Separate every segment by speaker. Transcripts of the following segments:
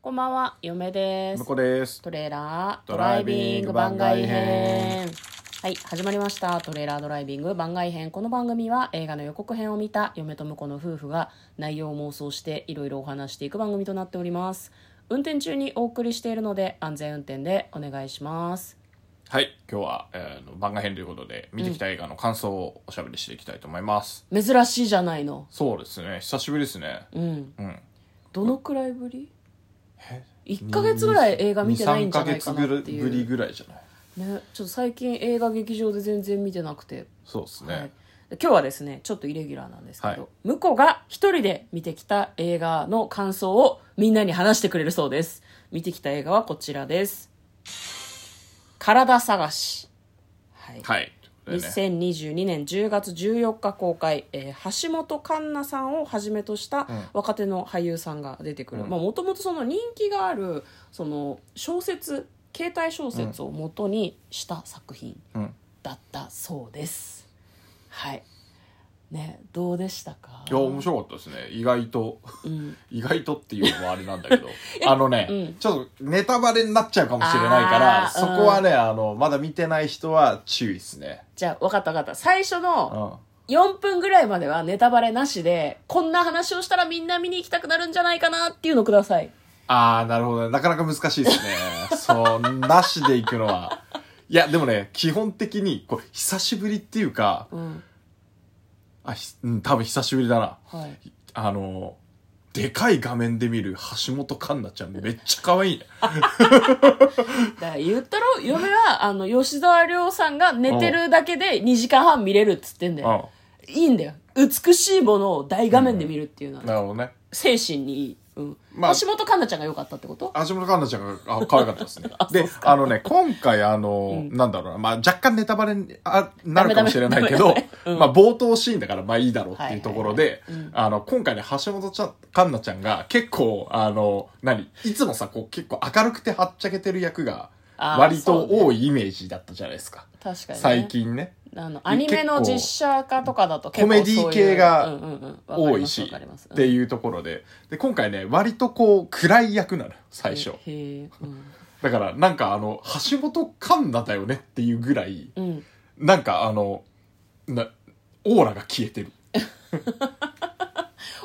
Speaker 1: こんばんは、嫁です
Speaker 2: 向。こうです。
Speaker 1: トレーラード
Speaker 2: ド
Speaker 1: ラ
Speaker 2: ラ
Speaker 1: イ
Speaker 2: イ
Speaker 1: ビ
Speaker 2: ビ
Speaker 1: ン
Speaker 2: ン
Speaker 1: グ
Speaker 2: グ
Speaker 1: 番
Speaker 2: 番
Speaker 1: 外
Speaker 2: 外
Speaker 1: 編
Speaker 2: 編。
Speaker 1: はい、始まりました。トレーラードライビング番外編。この番組は映画の予告編を見た嫁と婿の夫婦が内容を妄想していろいろお話していく番組となっております。運転中にお送りしているので安全運転でお願いします。
Speaker 2: はい、今日は、えーの番外編ということで、見てきた映画の感想をおしゃべりしていきたいと思います。
Speaker 1: 珍しいじゃないの。
Speaker 2: そうですね、久しぶりですね。
Speaker 1: うん。
Speaker 2: うん。
Speaker 1: どのくらいぶり ?1 ヶ月ぐらい映画見てないんじゃないかなって
Speaker 2: 2 3ヶ月ぶり
Speaker 1: いう。
Speaker 2: ぐらいじゃない。
Speaker 1: ね、ちょっと最近映画劇場で全然見てなくて。
Speaker 2: そうです
Speaker 1: はい
Speaker 2: ね。、
Speaker 1: で今日はですねちょっとイレギュラーなんですけど、
Speaker 2: はい
Speaker 1: 向こうが一人で見てきた映画の感想をみんなに話してくれるそうです見てきた映画はこちらです「体探し」はい、
Speaker 2: はい。ということでね
Speaker 1: 2022年10月14日公開、えー橋本環奈さんをはじめとした若手の俳優さんが出てくる
Speaker 2: うん
Speaker 1: もともと人気があるその小説携帯小説を元にした作品
Speaker 2: うん。
Speaker 1: だったそうですはいねどうでしたか
Speaker 2: いや、面白かったですね。意外と、
Speaker 1: うん、
Speaker 2: 意外とっていうのもあれな んだけど、あのね、
Speaker 1: うん
Speaker 2: ちょっとネタバレになっちゃうかもしれないから、
Speaker 1: あー
Speaker 2: そこはね、あの、まだ見てない人は注意ですね。
Speaker 1: じゃあ分かった分かった最初
Speaker 2: うん。
Speaker 1: の
Speaker 2: は
Speaker 1: 4分ぐらいまではネタバレなしでこんな話をしたらみんな見に行きたくなるんじゃないかなっていうのください
Speaker 2: ああ、なるほどね。なかなか難しいですね。そう、なしで行くのは。いや、でもね、基本的に、こう、久しぶりっていうか、
Speaker 1: うん
Speaker 2: あ、ひうん、多分久しぶりだな。
Speaker 1: はい
Speaker 2: あの、でかい画面で見る橋本環奈ちゃん、めっちゃ可愛いね。
Speaker 1: だから言ったろ嫁はあの吉沢亮さんが寝てるだけで2時間半見れるっつってんだよ
Speaker 2: う
Speaker 1: いいんだよ美しいものを大画面で見るっていうのは、
Speaker 2: ん。なるほどね。
Speaker 1: 精神にいい、うん
Speaker 2: まあ
Speaker 1: 橋本環奈ちゃんが良かったってこと
Speaker 2: 橋本環奈ちゃんがあ可愛かっ たですね。で、あのね、今回あの、なんだろうな、まあ若干ネタバレにあなるかもしれないけ
Speaker 1: ダメ
Speaker 2: ど
Speaker 1: ダメ、
Speaker 2: まあ冒頭シーンだからまあいいだろうっていうところで、あの、今回ね、橋本ちゃん環奈ちゃんが結構、あの、何、いつもさ、こう結構明るくてはっちゃけてる役が、
Speaker 1: あー
Speaker 2: 割と
Speaker 1: そうね
Speaker 2: 多いイメージだったじゃないですか。
Speaker 1: 確かに、ね、
Speaker 2: 最近ね。
Speaker 1: あのアニメの実写化とかだと
Speaker 2: 結構コメディ系が
Speaker 1: うんうんうんわか
Speaker 2: 多
Speaker 1: り
Speaker 2: い
Speaker 1: ます
Speaker 2: し、
Speaker 1: わかります
Speaker 2: っ、ていうところで。で、今回ね、割とこう、暗い役なのよ、最初。
Speaker 1: へえうん
Speaker 2: だから、なんかあの、橋本環奈だよねっていうぐらい、
Speaker 1: うん
Speaker 2: なんかあの、な、オーラが消えてる。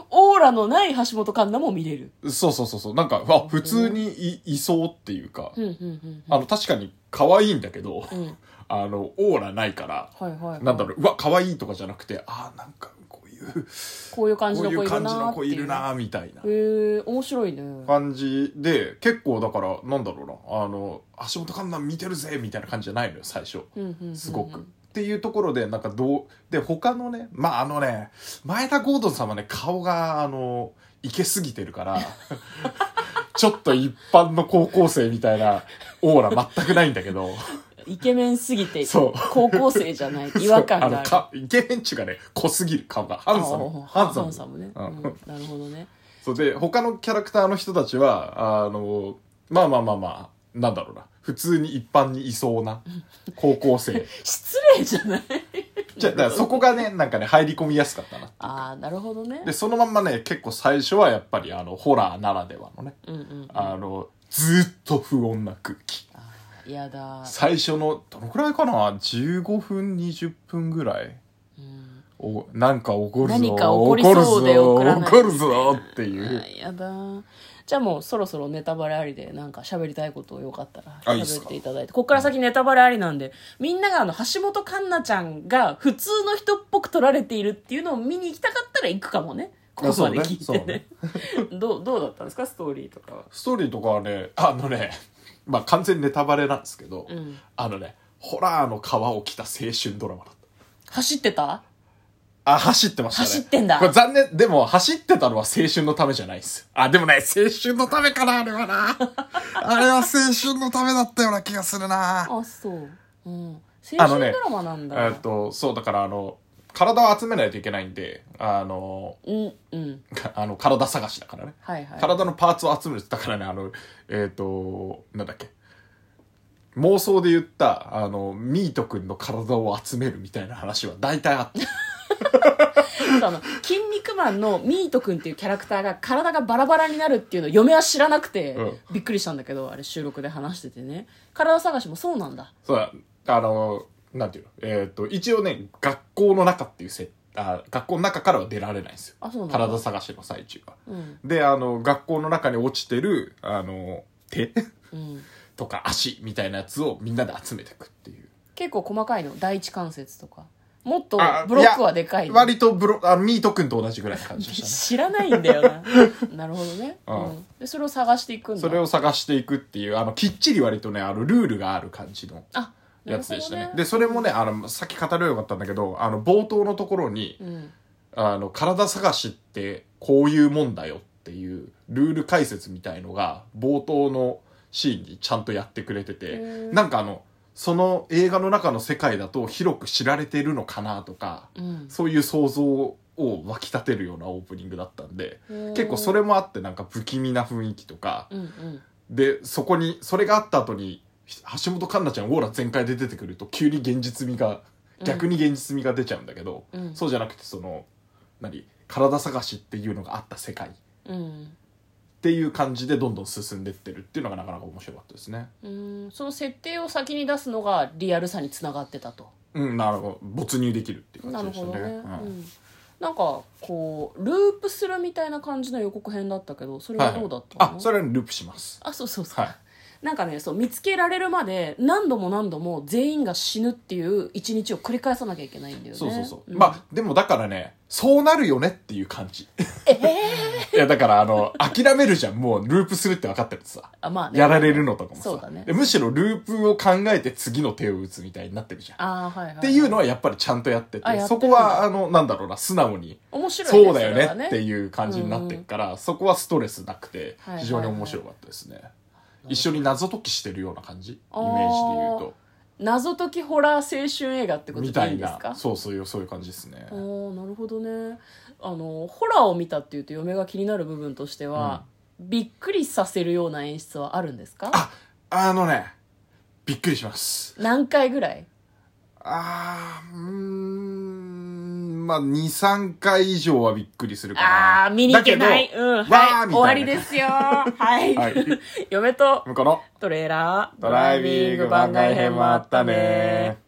Speaker 1: オーラのない橋本環奈も見れる
Speaker 2: そうそうそうそう。なんか、あ、普通にい、いそうっていうか
Speaker 1: う、んうん
Speaker 2: あの、確かに可愛いんだけど、
Speaker 1: うんうん
Speaker 2: あの、オーラないから、
Speaker 1: はいはいはい
Speaker 2: なんだろう、うわ、可愛いとかじゃなくて、あ、なんか、こういう、
Speaker 1: こういう感
Speaker 2: こ
Speaker 1: じ
Speaker 2: う
Speaker 1: の子いう
Speaker 2: い
Speaker 1: るな
Speaker 2: 感じ
Speaker 1: ー
Speaker 2: の
Speaker 1: って
Speaker 2: 子
Speaker 1: いう
Speaker 2: いるなーみたいな。
Speaker 1: へえ面白いね
Speaker 2: 感じで、結構だから、なんだろうな、あの、足元観覧見てるぜみたいな感じじゃないのよ、最初。
Speaker 1: うんうんうんうん
Speaker 2: すごく。っていうところで、なんかどう、で、他のね、まああのね、前田ゴードン様ね、顔が、あの、いけすぎてるから、ちょっと一般の高校生みたいなオーラ全くないんだけど、
Speaker 1: イケメンすぎて
Speaker 2: そう
Speaker 1: 高校生じゃない違和感がある
Speaker 2: そうのか、イケメンっちゅうかね、濃すぎる顔が、ハンサム。
Speaker 1: あ
Speaker 2: ハ
Speaker 1: あ
Speaker 2: ンサ
Speaker 1: ハ
Speaker 2: ム
Speaker 1: ン。サムね、う
Speaker 2: うんん
Speaker 1: なるほどね
Speaker 2: そうで、他のキャラクターの人たちは、あの、まあまあまあまあ、なんだろうな。普通に一般にいそうな高校生。
Speaker 1: 失礼じゃない
Speaker 2: じゃ、だからそこがね、なんかね、入り込みやすかったなっていう
Speaker 1: あ
Speaker 2: か。
Speaker 1: あなるほどね
Speaker 2: で、そのまんまね、結構最初はやっぱり、あの、ホラーならではのね、
Speaker 1: うんうん
Speaker 2: あの、ずっと不穏な空気。
Speaker 1: やだ
Speaker 2: 最初の、どのくらいかな ?15 分、20分ぐらい。
Speaker 1: うん
Speaker 2: おなんか起こるぞ。
Speaker 1: 何か起こりそうで
Speaker 2: 怒
Speaker 1: 起こ
Speaker 2: るぞ
Speaker 1: らない
Speaker 2: 怒るぞっていう。
Speaker 1: あーやだーじゃあもうそろそろネタバレありでなんか喋りたいことをよかったら
Speaker 2: あいいっす
Speaker 1: 喋っ
Speaker 2: か
Speaker 1: ていただいてここから先ネタバレありなんでみんながあの橋本環奈ちゃんが普通の人っぽく撮られているっていうのを見に行きたかったら行くかもねここまで聞いてね どうどうだったんですかストーリーとかは
Speaker 2: ストーリーとかはね、あのね、まあ完全ネタバレなんですけど、
Speaker 1: ん
Speaker 2: あのね、ホラーの皮を着た青春ドラマだっ
Speaker 1: 走ってた
Speaker 2: た。あ、走ってましたね。
Speaker 1: 走ってんだ
Speaker 2: これ残念、でも走ってたのは青春のためじゃないです。あ、でもね、青春のためかな、あれ はな。あれは青春のためだったような気がするな。
Speaker 1: あそう、うん、青
Speaker 2: あの
Speaker 1: 春
Speaker 2: ね
Speaker 1: ドラマなんだ、
Speaker 2: えっと、そう、だからあの、体を集めないといけないんで、あの、
Speaker 1: うんうん
Speaker 2: あの、体探しだからね。
Speaker 1: はいはい
Speaker 2: 体のパーツを集めるだからねあのえっ、となんだっけ妄想で言ったあのミート君の体を集めるみたいな話は大体あって
Speaker 1: そうあの筋肉マンのミート君っていうキャラクターが体がバラバラになるっていうのを嫁は知らなくて、
Speaker 2: うん
Speaker 1: びっくりしたんだけどあれ収録で話しててね体探しもそうなんだ
Speaker 2: そうだ、あの、なんていうの、えっ、と、一応ね、学校の中っていうせあ、学校の中からは出られないんですよ。
Speaker 1: あそうなんだ
Speaker 2: 体探しの最中は。
Speaker 1: うん
Speaker 2: で、あの、学校の中に落ちてる、あの、手
Speaker 1: うん
Speaker 2: とか足みたいなやつをみんなで集めていくっていう。
Speaker 1: 結構細かいの第一関節とかもっと
Speaker 2: あ
Speaker 1: ブロックはでかいの
Speaker 2: 割とブロ、あミート君と同じぐらいの感じ でしたね。
Speaker 1: 知らないんだよな なるほどね、
Speaker 2: うん
Speaker 1: うんでそれを探していくんだ
Speaker 2: それを探していくっていう、あの、きっちり割とね、あの、ルールがある感じの
Speaker 1: あな
Speaker 2: や
Speaker 1: る
Speaker 2: つ
Speaker 1: ほど
Speaker 2: でしたね。
Speaker 1: ね
Speaker 2: で、それもね、あの、さっき語ればよかったんだけど、あの、冒頭のところに、
Speaker 1: うん
Speaker 2: あの、体探しってこういうもんだよっていうルール解説みたいのが、冒頭のシーンにちゃんとやってくれてて
Speaker 1: へ、ー
Speaker 2: なんかあの、その映画の中の世界だと広く知られてるのかなとか、
Speaker 1: うん
Speaker 2: そういう想像を湧き立てるようなオープニングだったんで、結構それもあってなんか不気味な雰囲気とか、
Speaker 1: うんうん
Speaker 2: でそこにそれがあった後にひ橋本環奈ちゃんオーラ全開で出てくると急に現実味が
Speaker 1: うん
Speaker 2: 逆に現実味が出ちゃうんだけど、
Speaker 1: うん
Speaker 2: そうじゃなくてその何体探しっていうのがあった世界っ
Speaker 1: うん
Speaker 2: ていう感じでどんどん進んでってるっていうのがなかなか面白かったですね。
Speaker 1: うんその設定を先に出すのがリアルさにつながってたと
Speaker 2: うん、なるほど没入できるっていう
Speaker 1: な
Speaker 2: 感じ
Speaker 1: るほ
Speaker 2: でした
Speaker 1: ど
Speaker 2: ね。
Speaker 1: ね、
Speaker 2: うん
Speaker 1: うんなんかこうループするみたいな感じの予告編だったけどそれはどうだったの、
Speaker 2: はい、あそれはループします。
Speaker 1: あそうそうそう、
Speaker 2: はい
Speaker 1: なんかねそう見つけられるまで何度も何度も全員が死ぬっていう一日を繰り返さなきゃいけないんだよね
Speaker 2: そうそうそう、
Speaker 1: ん
Speaker 2: まあでもだからねそうなるよねっていう感じいやだからあの諦めるじゃんもうループするって分かってるとさ
Speaker 1: あまあね
Speaker 2: やられるのとかも
Speaker 1: そう
Speaker 2: さ
Speaker 1: だ、ね
Speaker 2: でむしろループを考えて次の手を打つみたいになってるじゃん、
Speaker 1: あーはいはい、
Speaker 2: っていう
Speaker 1: の
Speaker 2: のはやっぱりちゃんとやってて
Speaker 1: あやって
Speaker 2: そ
Speaker 1: るんだ
Speaker 2: こはあのなんだろうな素直に、
Speaker 1: 面白いね
Speaker 2: そうだ
Speaker 1: れ
Speaker 2: よ
Speaker 1: は
Speaker 2: ねっていう感じになってるから、そこはストレスなくて
Speaker 1: はいはいはい
Speaker 2: 非常に面白かったですね、一緒に謎解きしてるような感じイメ
Speaker 1: あー
Speaker 2: ージで言うと
Speaker 1: 謎解きホラー青春映画ってこと
Speaker 2: み
Speaker 1: で
Speaker 2: た
Speaker 1: いい
Speaker 2: い
Speaker 1: んです
Speaker 2: な
Speaker 1: か
Speaker 2: そうそういうそういう感じですね、
Speaker 1: おーなるほどねあのホラーを見たっていうと嫁が気になる部分としては、びっくりさせるような演出はあるんですか
Speaker 2: ああのねびっくりします
Speaker 1: 何回ぐらい
Speaker 2: あーうーんまあ23回以上はびっくりするかな
Speaker 1: ああー見に行けない
Speaker 2: だど
Speaker 1: うん
Speaker 2: わ
Speaker 1: はい
Speaker 2: ーみたい
Speaker 1: 終
Speaker 2: な
Speaker 1: わりです よはい、
Speaker 2: はい
Speaker 1: 嫁と
Speaker 2: 向こうの
Speaker 1: トレーラード
Speaker 2: ドライビング番外編もあったね